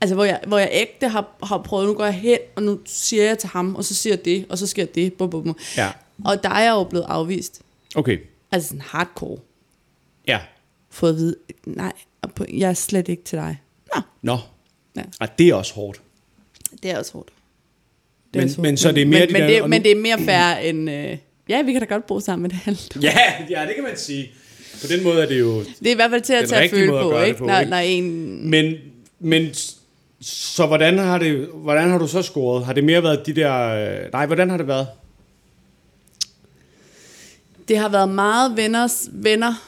altså hvor jeg, hvor jeg ægte har, har prøvet, nu går jeg hen, og nu siger jeg til ham, og så siger jeg det, og så sker det, bum, bum, bum. Ja. Og der er jeg jo blevet afvist, Okay, altså sådan hardcore, ja. fået at vide, nej, og på- jeg er slet ikke til dig. Nå, Nå, Ja. Ej, det er også hårdt. det er også hårdt. Det er Men- også men så er det mere men, de men, der- og det, nu- men det er mere færre end, øh, ja, vi kan da godt bo sammen med det halvt. Ja, ja, det kan man sige. På den måde er det jo... Det er i hvert fald til Den at tage at rigtige føle måde at på, gøre det ikke? på, Når, ikke? når en Men, men s- så hvordan har, det, hvordan har du så scoret? Har det mere været de der... øh, Nej, hvordan har det været? Det har været meget venners venner,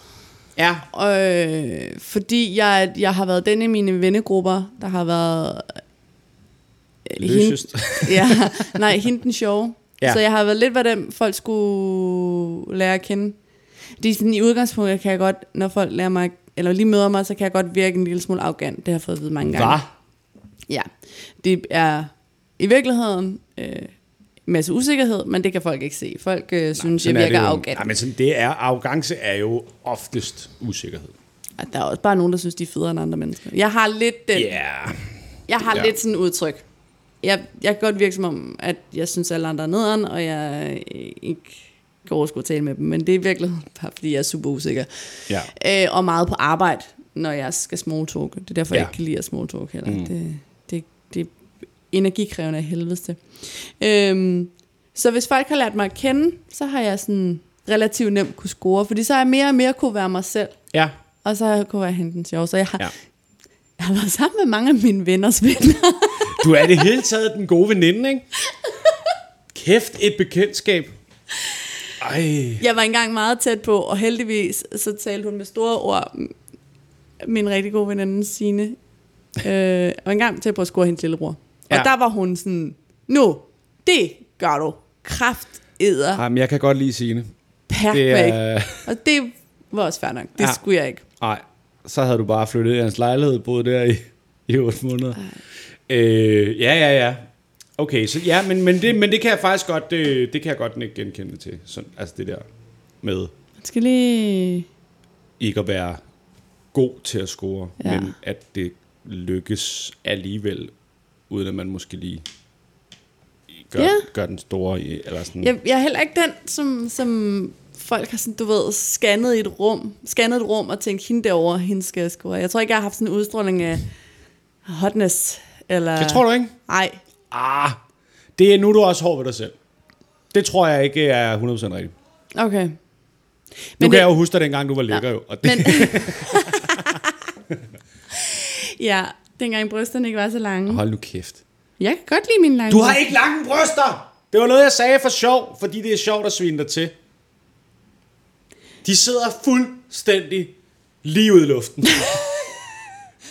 Ja. øh, fordi jeg, jeg har været den i mine vennegrupper, der har været... øh, Løsest. ja, nej, hende den sjove. Ja. Ja. Så jeg har været lidt, hvad dem folk skulle lære at kende. Det er sådan, i udgangspunktet kan jeg godt, når folk lærer mig, eller lige møder mig, så kan jeg godt virke en lille smule arrogant. Det har jeg fået at vide mange gange. Hvad? Ja, det er i virkeligheden øh, en masse usikkerhed, men det kan folk ikke se. Folk øh, synes, jeg Sådan er det virker jo. arrogant. Nej, men sådan, det er, arrogance er jo oftest usikkerhed. Og der er også bare nogen, der synes, de er federe end andre mennesker. Jeg har lidt, den, Ja. yeah. Yeah. jeg har ja. yeah. lidt sådan et udtryk. Jeg, jeg kan godt virke som om, at jeg synes, alle andre er nederen, og jeg øh, ikke kan overskue at tale med dem. Men det er virkelig bare, fordi jeg er super usikker. Ja. Øh, og meget på arbejde, når jeg skal smalltalk. Det er derfor, Ja. jeg ikke kan lide at smalltalk heller. Mm. Det, det, det er energikrævende af helveste. Øhm, så hvis folk har lært mig at kende, så har jeg sådan relativt nemt kunne score, fordi så har jeg mere og mere kunne være mig selv. Ja. Og så har jeg kunne være henten sjov. Så jeg har, Ja. ja. jeg har været sammen med mange af mine venners venner. Du er i det hele taget den gode veninde, ikke? Kæft et bekendtskab. Ej. Jeg var engang meget tæt på, og heldigvis så talte hun med store ord. Min rigtig gode veninde, Signe, øh, jeg var engang tæt på at score hendes lillebror. Ja. Ja. Og der var hun sådan, nu, det gør du. Kraft æder Jamen, Ah, jeg kan godt lide Signe. perfekt. Og det var også fair nok. Det Ja. ja. skulle jeg ikke. Nej, så havde du bare flyttet i hans lejlighed, boet der i, i 8 måneder. Øh, ja, ja, ja. Okay, så ja, men, men, det, men det kan jeg faktisk godt, det, det kan jeg godt ikke genkende til. Sådan, altså det der med Man skal lige... ikke at være god til at score, ja. Ja. men at det lykkes alligevel uden at man måske lige gør, Ja. gør den store, i- eller sådan. Jeg, jeg er heller ikke den, som, som folk har sådan, du ved, scannet i et rum, scannet et rum og tænkt, hende derovre, hende skal jeg score. Jeg tror ikke, jeg har haft sådan en udstråling af hotness. Eller... Det tror du ikke? Nej, Ah, det er nu, du er også hård ved dig selv. Det tror jeg ikke er 100% rigtigt. okay. Men Nu kan det- jeg jo huske dig, dengang du var lækker, jo. Og det, Men... ja, dengang brysterne ikke var så lange. Hold nu kæft. Jeg kan godt lide mine lange. Du har ikke lange bryster! Det var noget, jeg sagde for sjov, fordi det er sjovt at svine dig til. De sidder fuldstændig lige ud i luften.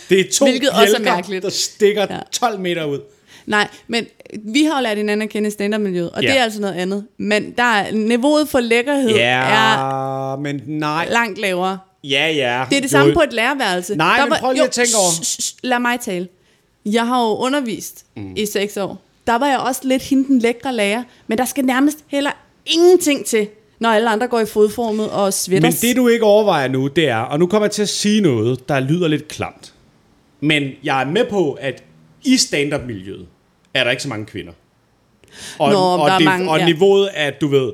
det er to Hvilket også er bjælker, mærkeligt. der stikker Ja. 12 meter ud. Nej, men vi har jo lært hinanden at kende i stand-up-miljøet, og Ja. ja. det er altså noget andet. Men der er, niveauet for lækkerhed er Ja, men nej. langt lavere. Ja, ja. Det er det samme på et lærerværelse. Nej, men prøv lige at tænke over. Sh, sh, lad mig tale. Jeg har jo undervist mm. i seks år. Der var jeg også lidt hende den lækre lærer, men der skal nærmest heller ingenting til, når alle andre går i fodformet og svætter. Men det, du ikke overvejer nu, det er, og nu kommer jeg til at sige noget, der lyder lidt klamt. Men jeg er med på, at i stand-up-miljøet er der ikke så mange kvinder. Og, Nå, og, der er det, mange, og ja. niveauet er, at du ved,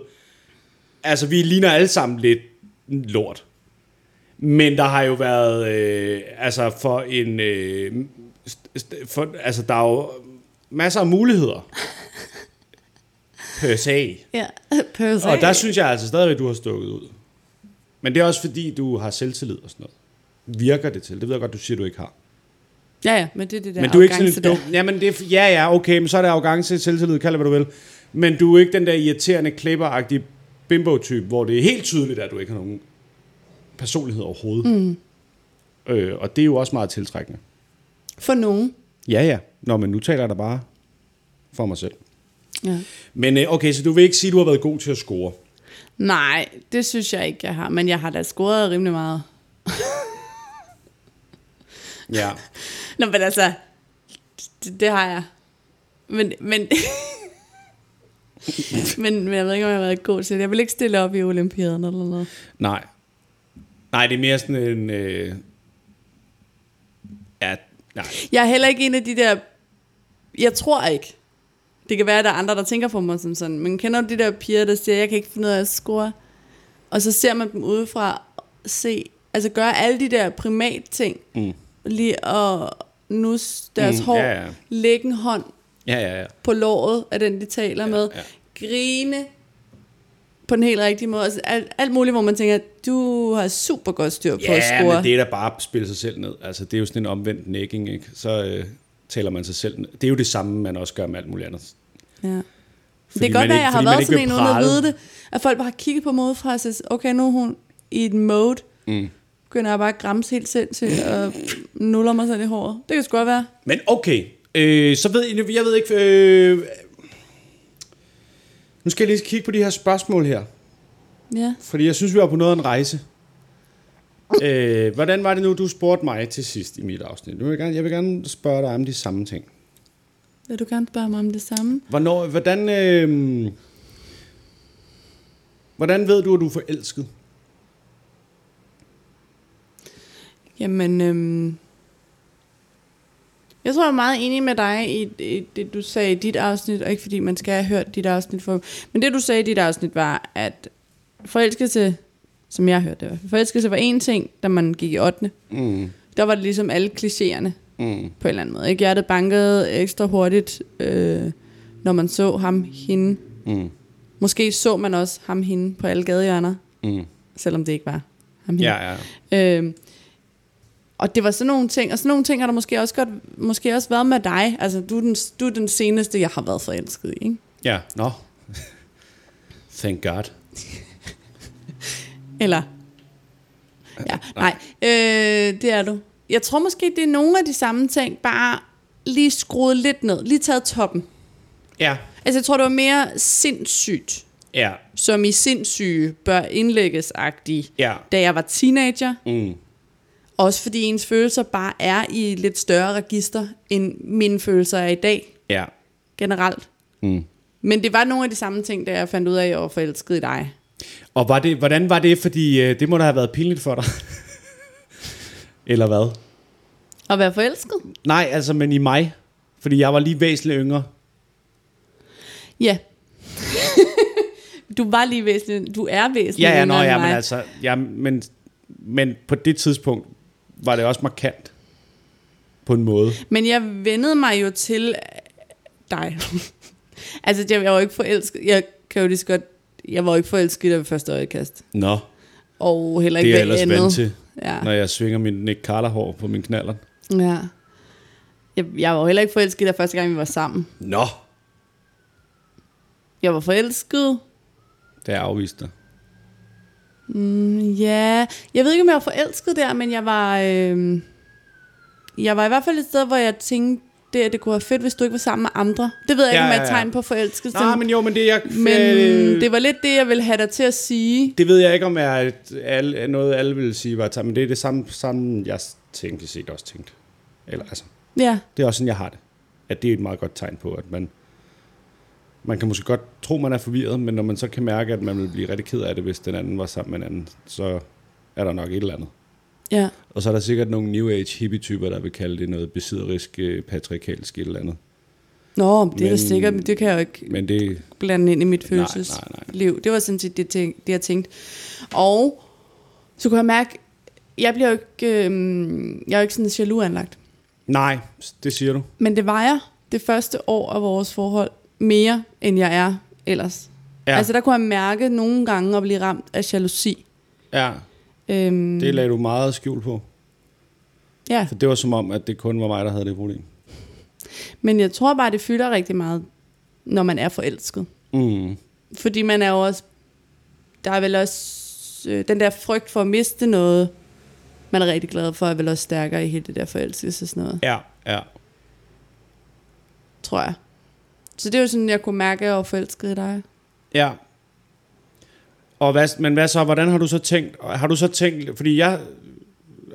altså vi ligner alle sammen lidt lort. Men der har jo været, øh, altså for en, øh, st- st- for, altså der er jo masser af muligheder. Per se. Ja, pøs Og der synes jeg altså stadigvæk, du har stukket ud. Men det er også fordi, du har selvtillid og sådan noget. Virker det til? Det ved jeg godt, du siger, du ikke har. Ja, ja, men det er det der Men du er ikke sådan arrogance en der. dum... Jamen, det er, ja, ja, okay, men så er det arrogance, selvtillid, kald det, hvad du vil. Men du er ikke den der irriterende, klipperagtige bimbo-type, hvor det er helt tydeligt, at du ikke har nogen personlighed overhovedet. Mm. Øh, og det er jo også meget tiltrækkende. For nogen. Ja, ja. Nå, men nu taler jeg da bare for mig selv. Ja. Men øh, okay, så du vil ikke sige, at du har været god til at score? Nej, det synes jeg ikke, jeg har. Men jeg har da scoret rimelig meget. Ja. Nå, men altså, det, det har jeg. Men, men, men, men jeg ved ikke, om jeg har været god til det. Jeg vil ikke stille op i olympiaden eller noget. Nej. Nej, det er mere sådan en... Øh... Ja, nej. Jeg er heller ikke en af de der... Jeg tror ikke. Det kan være, at der er andre, der tænker på mig som sådan. Men kender du de der piger, der siger, jeg kan ikke finde ud af at score? Og så ser man dem udefra se... Altså gøre alle de der primat ting. Mm. Lige at nus deres Mm, hår. ja, ja. Lægge en hånd Ja, ja, ja. på låret af den, de taler ja, med. ja. Ja. Grine på den helt rigtige måde. Altså, alt, alt muligt, hvor man tænker, du har super godt styr på at Ja, score. men det er da bare at spille sig selv ned. Altså, det er jo sådan en omvendt nækking, ikke? Så øh, taler man sig selv ned. Det er jo det samme, man også gør med alt muligt andet. Ja. Fordi Fordi man det kan godt ikke- være, at jeg har fordi man været ikke sådan en, vil uden at prale. vide det. At folk bare har kigget på mig udefra og siger, okay, nu er hun i et mode. Mm. Begynder jeg bare at græmse helt sindssygt og nuller mig selv i håret. Det kan sgu godt være. Men okay, øh, så ved I, jeg ved ikke... Øh... Nu skal jeg lige kigge på de her spørgsmål her. Ja. Fordi jeg synes, vi var på noget af en rejse. Øh, hvordan var det nu, du spurgte mig til sidst i mit afsnit? Nu vil jeg, gerne, jeg vil gerne spørge dig om de samme ting. Vil du gerne spørge mig om det samme? Hvornår, hvordan, øh, hvordan ved du, at du er forelsket? Jamen, øhm, jeg tror, jeg er meget enig med dig i, i det, du sagde i dit afsnit, og ikke fordi man skal have hørt dit afsnit for. Men det, du sagde i dit afsnit, var, at forelskelse, som jeg hørte det, i hvert fald, forelskelse var en ting, da man gik i 8. Mm. Der var det ligesom alle klichéerne Mm. på en eller anden måde. Ikke? Hjertet bankede ekstra hurtigt, øh, når man så ham, hende. Mm. Måske så man også ham, hende på alle gadehjørner, Mm. selvom det ikke var ham, hende. Ja, ja. Øhm, og det var sådan nogle ting, og sådan nogle ting har der måske også, godt, måske også været med dig. Altså, du er, den, du er den seneste, jeg har været forelsket i, ikke? Ja, nå. No. Thank God. Eller? Ja, nej. Øh, det er du. Jeg tror måske, det er nogle af de samme ting, bare lige skruet lidt ned, lige taget toppen. Ja. Altså, jeg tror, det var mere sindssygt, Ja, som i sindssyge bør indlægges ja. da jeg var teenager. Mm. Også fordi ens følelser bare er i et lidt større register, end mine følelser er i dag. Ja. generelt. Mm. Men det var nogle af de samme ting, der jeg fandt ud af, at jeg var forelsket i dig. Og var det, hvordan var det? Fordi øh, det må da have været pinligt for dig. Eller hvad? At være forelsket? Nej, altså, men i mig. Fordi jeg var lige væsentligt yngre. Ja. du var lige væsentlig. Du er væsentlig. Ja, ja, nå, yngre end ja, men mig. altså, ja, men, men på det tidspunkt var det også markant. På en måde. Men jeg vendede mig jo til øh, dig. altså, jeg var jo ikke forelsket. Jeg kan jo lige så godt... Jeg var jo ikke forelsket i dig ved første øjekast. Nå, Og heller det ikke er jeg ved ellers andet. vant til, Ja. når jeg svinger min Nick Carter-hår på min knaller. ja. Jeg, jeg var jo heller ikke forelsket i dig første gang, vi var sammen. Nå, Jeg var forelsket. det er afvist dig. Ja, jeg ved ikke, om jeg var forelsket der, men jeg var... Øh, jeg var i hvert fald et sted, hvor jeg tænkte, det, det kunne være fedt, hvis du ikke var sammen med andre. Det ved jeg Ja, ikke, om ja, jeg er et ja. tegn på forelskelse. Nej, men jo, men det er jeg... øh, men det var lidt det, jeg ville have dig til at sige. Det ved jeg ikke, om jeg er et- alle, er noget, alle vil sige var tabt, men det er det samme, samme jeg tænkte, set også tænkte. Eller, altså, Ja. det er også sådan, jeg har det. At det er et meget godt tegn på, at man, man kan måske godt tro, man er forvirret, men når man så kan mærke, at man vil blive rigtig ked af det, hvis den anden var sammen med en anden, så er der nok et eller andet. Ja. Og så er der sikkert nogle New Age hippie-typer, der vil kalde det noget besidderisk, øh, patriarkalsk et eller andet. Nå, det er da Men- sikkert, men det kan jeg jo ikke Men det, blande ind i mit Nej, nej, nej. følelsesliv. Det var sådan set det, tænk, det, jeg tænkte. Og så kunne jeg mærke, jeg bliver jo ikke, øhm, jeg er jo ikke sådan jaloux anlagt. nej, det siger du. Men det var jeg det første år af vores forhold mere, end jeg er ellers. Ja, Ja. Altså der kunne jeg mærke nogle gange at blive ramt af jalousi. ja Øhm, det lagde du meget skjul på. ja. For det var som om, at det kun var mig, der havde det problem. Men jeg tror bare, det fylder rigtig meget, når man er forelsket. Mm. Fordi man er jo også... Der er vel også øh, den der frygt for at miste noget, man er rigtig glad for, er vel også stærkere i hele det der forelskelse og sådan noget, Ja, ja. tror jeg. Så det er jo sådan, jeg kunne mærke, at jeg var forelsket i dig. Ja. Og hvad, men hvad så, hvordan har du så tænkt? Har du så tænkt, fordi jeg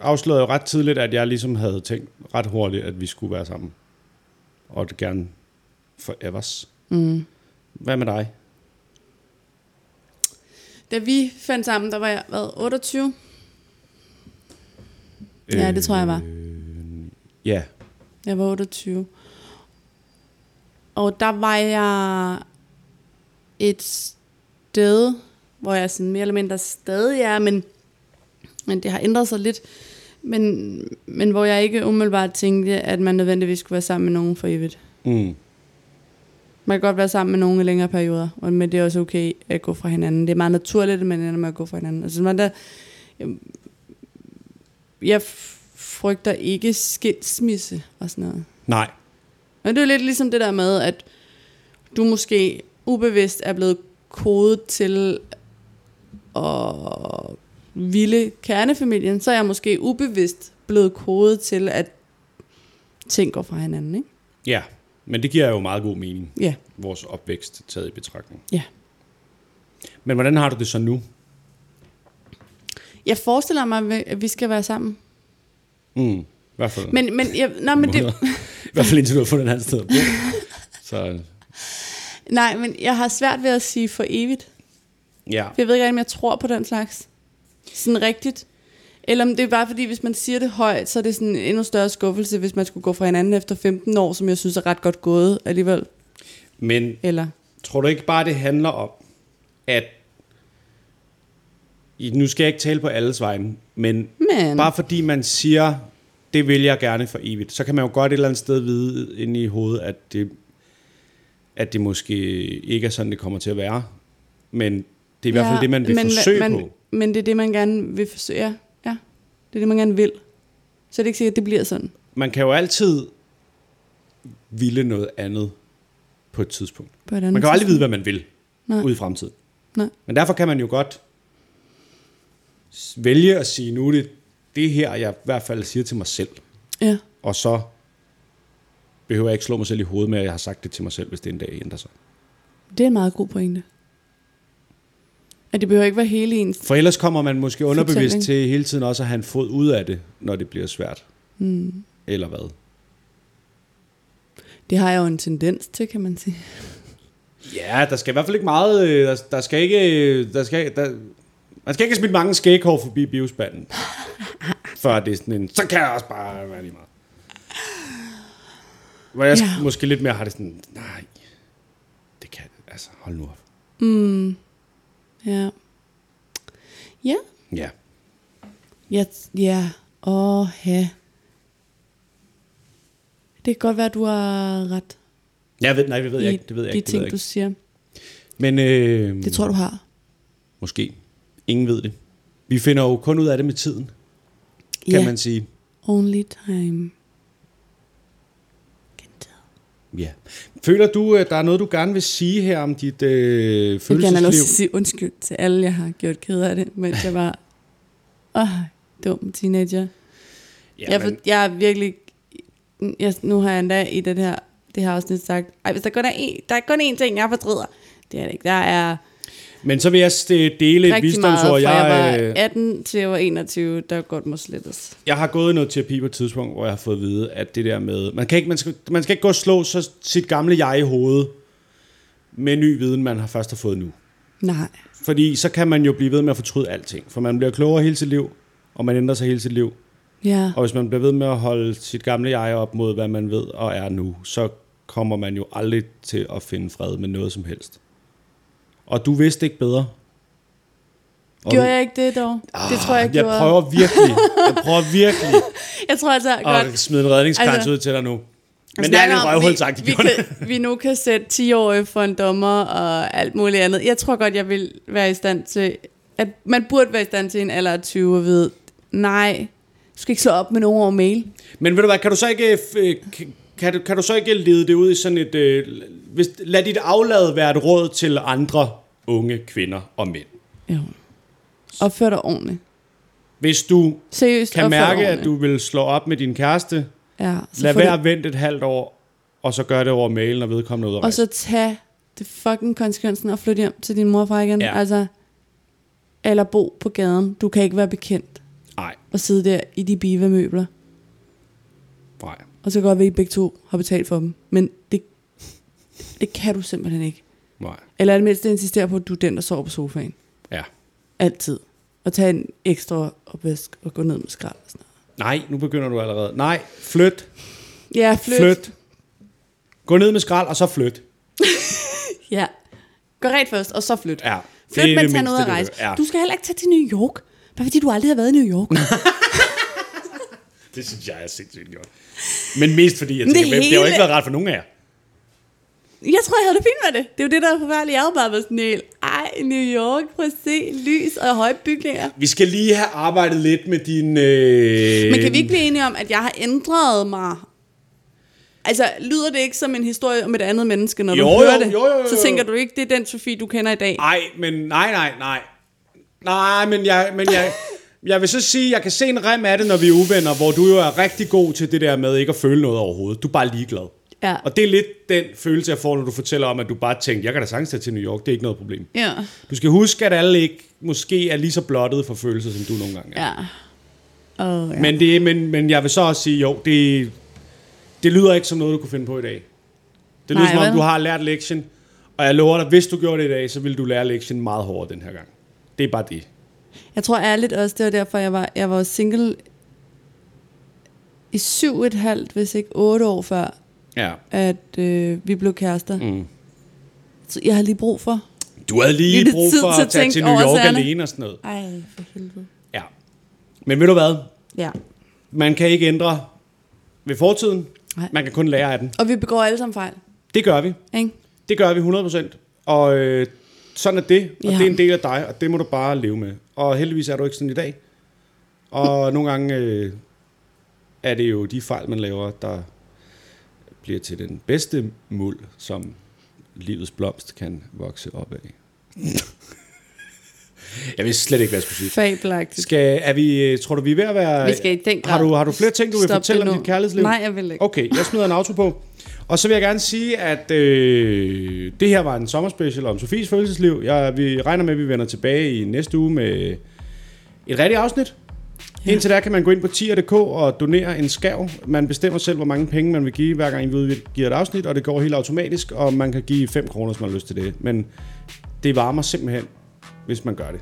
afslørede jo ret tidligt, at jeg ligesom havde tænkt ret hurtigt, at vi skulle være sammen. Og det gerne forevers. Mm. Hvad med dig? Da vi fandt sammen, der var jeg, hvad, 28? Ja, det tror jeg, jeg var. Øh, Ja, Jeg var 28. Og der var jeg et sted, hvor jeg sådan mere eller mindre stadig er, men, men det har ændret sig lidt. Men, men hvor jeg ikke umiddelbart tænkte, at man nødvendigvis skulle være sammen med nogen for evigt. mm. Man kan godt være sammen med nogen i længere perioder, og- men det er også okay at gå fra hinanden. Det er meget naturligt, at man ender med at gå fra hinanden. Altså, man der, jeg, jeg frygter ikke skilsmisse og sådan noget. nej. Men det er jo lidt ligesom det der med, at du måske ubevidst er blevet kodet til at ville kernefamilien, så er jeg måske ubevidst blevet kodet til, at ting går fra hinanden, ikke? Ja, men det giver jo meget god mening, Ja. vores opvækst taget i betragtning. Ja. Men hvordan har du det så nu? Jeg forestiller mig, at vi skal være sammen. Mm. I hvert fald, Men, men, jeg, nej, men det, I hvert fald indtil du har fundet et andet sted at bo. Så nej, men jeg har svært ved at sige for evigt. ja, For jeg ved ikke rigtig, om jeg tror på den slags. Sådan rigtigt. Eller om det er bare fordi, hvis man siger det højt, så er det sådan en endnu større skuffelse, hvis man skulle gå fra hinanden efter 15 år, som jeg synes er ret godt gået alligevel. men Eller, Tror du ikke bare, det handler om, at... I- Nu skal jeg ikke tale på alles vegne, men men... bare fordi man siger, det vil jeg gerne for evigt, så kan man jo godt et eller andet sted vide inde i hovedet, at det, at det måske ikke er sådan, det kommer til at være. Men det er i hvert fald det, man vil men, forsøge man, på. Men det er det, man gerne vil forsøge. Ja, ja. det er det, man gerne vil. Så er det ikke sikkert, at det bliver sådan. Man kan jo altid ville noget andet på et tidspunkt. På et andet Man kan jo aldrig vide, hvad man vil Nej. ude i fremtiden. Nej. Men derfor kan man jo godt s- vælge at sige, nu er det det her, jeg i hvert fald siger til mig selv. Ja, Og så behøver jeg ikke slå mig selv i hovedet med, at jeg har sagt det til mig selv, hvis det en dag ændrer sig. det er en meget god pointe. At det behøver ikke være hele ens For ellers kommer man måske underbevidst Fortælling. til hele tiden også at have en fod ud af det, når det bliver svært. Mm. Eller hvad? Det har jeg jo en tendens til, kan man sige. Ja, der skal i hvert fald ikke meget... øh, Der, der skal ikke... øh, Der skal, der, man skal ikke smide mange skæghår forbi biospanden. Før det er sådan en... Så kan jeg også bare være lige meget. Hvor jeg Ja. ja. måske lidt mere har det sådan, nej, det kan, altså hold nu op. Ja. Ja. Ja. Ja. Ja. Åh, ja. Det kan godt være, du har ret Jeg ved, nej, det ved jeg i ikke. Det ved jeg de ikke. Det ting, ved jeg ikke. du Mm. siger. Men øh, Det tror du har. måske. Ingen ved det. Vi finder jo kun ud af det med tiden, kan ja. man sige. Only time. Can tell. Ja. Føler du, at der er noget, du gerne vil sige her om dit øh, Jeg vil gerne have lov til at følelsesliv? sige undskyld til alle, jeg har gjort ked af det, mens jeg var åh, dum teenager. Ja, jeg, for, Jamen, jeg er virkelig... Jeg, nu har jeg endda i den her, det her afsnit sagt, ej, hvis der kun er en, der er kun én ting, jeg fortryder. Det er det ikke. Der er men så vil jeg øh, dele et rigtig meget, fra visdomsord. Jeg, jeg øh, var 18 til jeg var 21, der godt må slettes. jeg har gået i noget terapi på et tidspunkt, hvor jeg har fået at vide, at det der med... Man, kan ikke, man, skal, man skal ikke gå og slå så sit gamle jeg i hovedet med ny viden, man har først har fået nu. Nej. Fordi så kan man jo blive ved med at fortryde alting. For man bliver klogere hele sit liv, og man ændrer sig hele sit liv. Ja. Og hvis man bliver ved med at holde sit gamle jeg op mod, hvad man ved og er nu, så kommer man jo aldrig til at finde fred med noget som helst. Og du vidste ikke bedre. Og Gjorde jeg ikke det dog? det tror jeg, Ah, Ah, jeg Jeg gjorde. prøver virkelig, jeg prøver virkelig Jeg tror altså godt, at smide en redningskrans Altså- altså, ud til dig nu. Men det er snakker lidt om, røvhulsagtigt vi, vi, gjort. kan, vi nu kan sætte 10 år for en dommer og alt muligt andet. Jeg tror godt, jeg vil være i stand til, at man burde være i stand til i en alder af 20 og vide, nej, du skal ikke slå op med nogen over mail. Men ved du hvad, kan du så ikke, øh, k- kan du, kan du så ikke lede det ud i sådan et... Øh, hvis, lad dit aflad være et råd til andre unge kvinder og mænd. Jo. Opfør dig ordentligt. Hvis du Seriøst, kan opfør dig mærke, at ordentligt. du vil slå op med din kæreste, Ja, Så så Lad få være det, at vente et halvt år, og så gør det over mailen og vedkommende ud af Og så tag det fucking konsekvensen og flytte hjem til din mor og far igen. Ja. Altså, eller bo på gaden. Du kan ikke være bekendt Nej, og sidde der i de biva-møbler. nej. Og så kan godt være, at I begge to har betalt for dem. Men det, det kan du simpelthen ikke. Nej. Eller i det mindste insistere på, at du er den, der sover på sofaen. Ja. Altid. Og tage en ekstra opvask og gå ned med skrald og sådan noget. Nej, nu begynder du allerede. Nej, flyt, Ja, flyt. flyt. Gå ned med skrald, og så flyt. Ja. Gå rent først, og så flyt. Ja. Flyt, det mens han er mindste, ude at det rejse. vil- Ja. Du skal heller ikke tage til New York. Bare fordi du aldrig har været i New York. Det synes jeg er sindssygt godt. Men mest fordi, jeg Men det tænker, det, det har jo hele- ikke været rart for nogen af jer. Jeg tror, jeg havde det fint med det. Det er jo det, der er forfærdeligt. Jeg havde bare været sådan helt, ej, New York, prøv at se, lys og høje bygninger. Vi skal lige have arbejdet lidt med din... Øh... Men kan vi ikke blive enige om, at jeg har ændret mig? Altså, lyder det ikke som en historie om et andet menneske, når Jo, du jo, hører det? jo, jo, jo, Så jo. tænker du ikke, det er den Sofie, du kender i dag? Nej, men nej, nej, nej. Nej, men jeg, men jeg, jeg vil så sige, jeg kan se en rem af det, når vi er uvenner, hvor du jo er rigtig god til det der med ikke at føle noget overhovedet. Du er bare ligeglad. Ja. Og det er lidt den følelse, jeg får, når du fortæller om, at du bare tænkte, jeg kan da sagtens tage til New York, det er ikke noget problem. Ja. Du skal huske, at alle ikke måske er lige så blottet for følelser, som du nogle gange er. Ja. Oh, ja. Men, Men, det, men, men jeg vil så også sige, jo, det, det lyder ikke som noget, du kunne finde på i dag. Det lyder Nej, som om, vel? du har lært lektien, og jeg lover dig, hvis du gjorde det i dag, så ville du lære lektien meget hårdere den her gang. Det er bare det. jeg tror ærligt også, det var derfor, jeg var, jeg var single i syv et halvt, hvis ikke otte år før, Ja. at øh, vi blev kærester. Mm. Så jeg har lige brug for... Du havde lige Lidt brug tid for til at at tage tænke til New over York sagerne. alene og sådan noget. Ej, for helvede. Ja. Men ved du hvad? Ja. Man kan ikke ændre ved fortiden. Nej. Man kan kun lære af den. Og vi begår alle sammen fejl, Det gør vi. ikke? Det gør vi 100%. Og øh, sådan er det. Og Ja. det er en del af dig, og det må du bare leve med. Og heldigvis er du ikke sådan i dag. Og nogle gange øh, er det jo de fejl, man laver, der bliver til den bedste muld, som livets blomst kan vokse op af. Jeg vidste slet ikke, hvad jeg skulle sige. Fabelagtigt. Skal, er vi, øh, tror du, vi er ved at være... Vi skal i den grad har, du, har du flere ting, du vil stoppe fortælle det om nu. dit kærlighedsliv? Nej, jeg vil ikke. Okay, jeg smider en auto på. Og så vil jeg gerne sige, at øh, det her var en sommerspecial om Sofies følelsesliv. Jeg, vi regner med, at vi vender tilbage i næste uge med et rigtigt afsnit. Ja. Indtil da kan man gå ind på tier.dk og donere en skav. Man bestemmer selv, hvor mange penge man vil give, hver gang vi giver et afsnit, og det går helt automatisk, og man kan give 5 kroner, hvis man har lyst til det. Men det varmer simpelthen, hvis man gør det.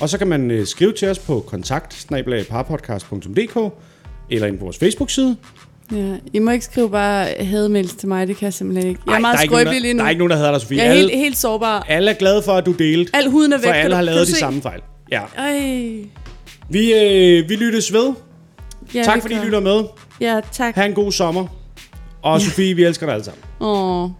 Og så kan man øh, skrive til os på kontakt eller ind på vores Facebook-side. Ja, I må ikke skrive bare hademails til mig, det kan jeg simpelthen ikke. Jeg er Ej, meget der, er ikke skrøbelig nogen, der, der lige nu. er ikke nogen, der hedder dig, Sofie. jeg er alle, helt, helt sårbar. alle er glade for, at du delte, Al huden er væk. for kan alle du- har kan lavet du de se? samme fejl. Ja. Ej. Vi, øh, vi lyttes ved. Ja, tak det fordi I gør- lytter med. Ja, tak. Ha' en god sommer. Og Sofie, vi elsker dig alle sammen. Åh,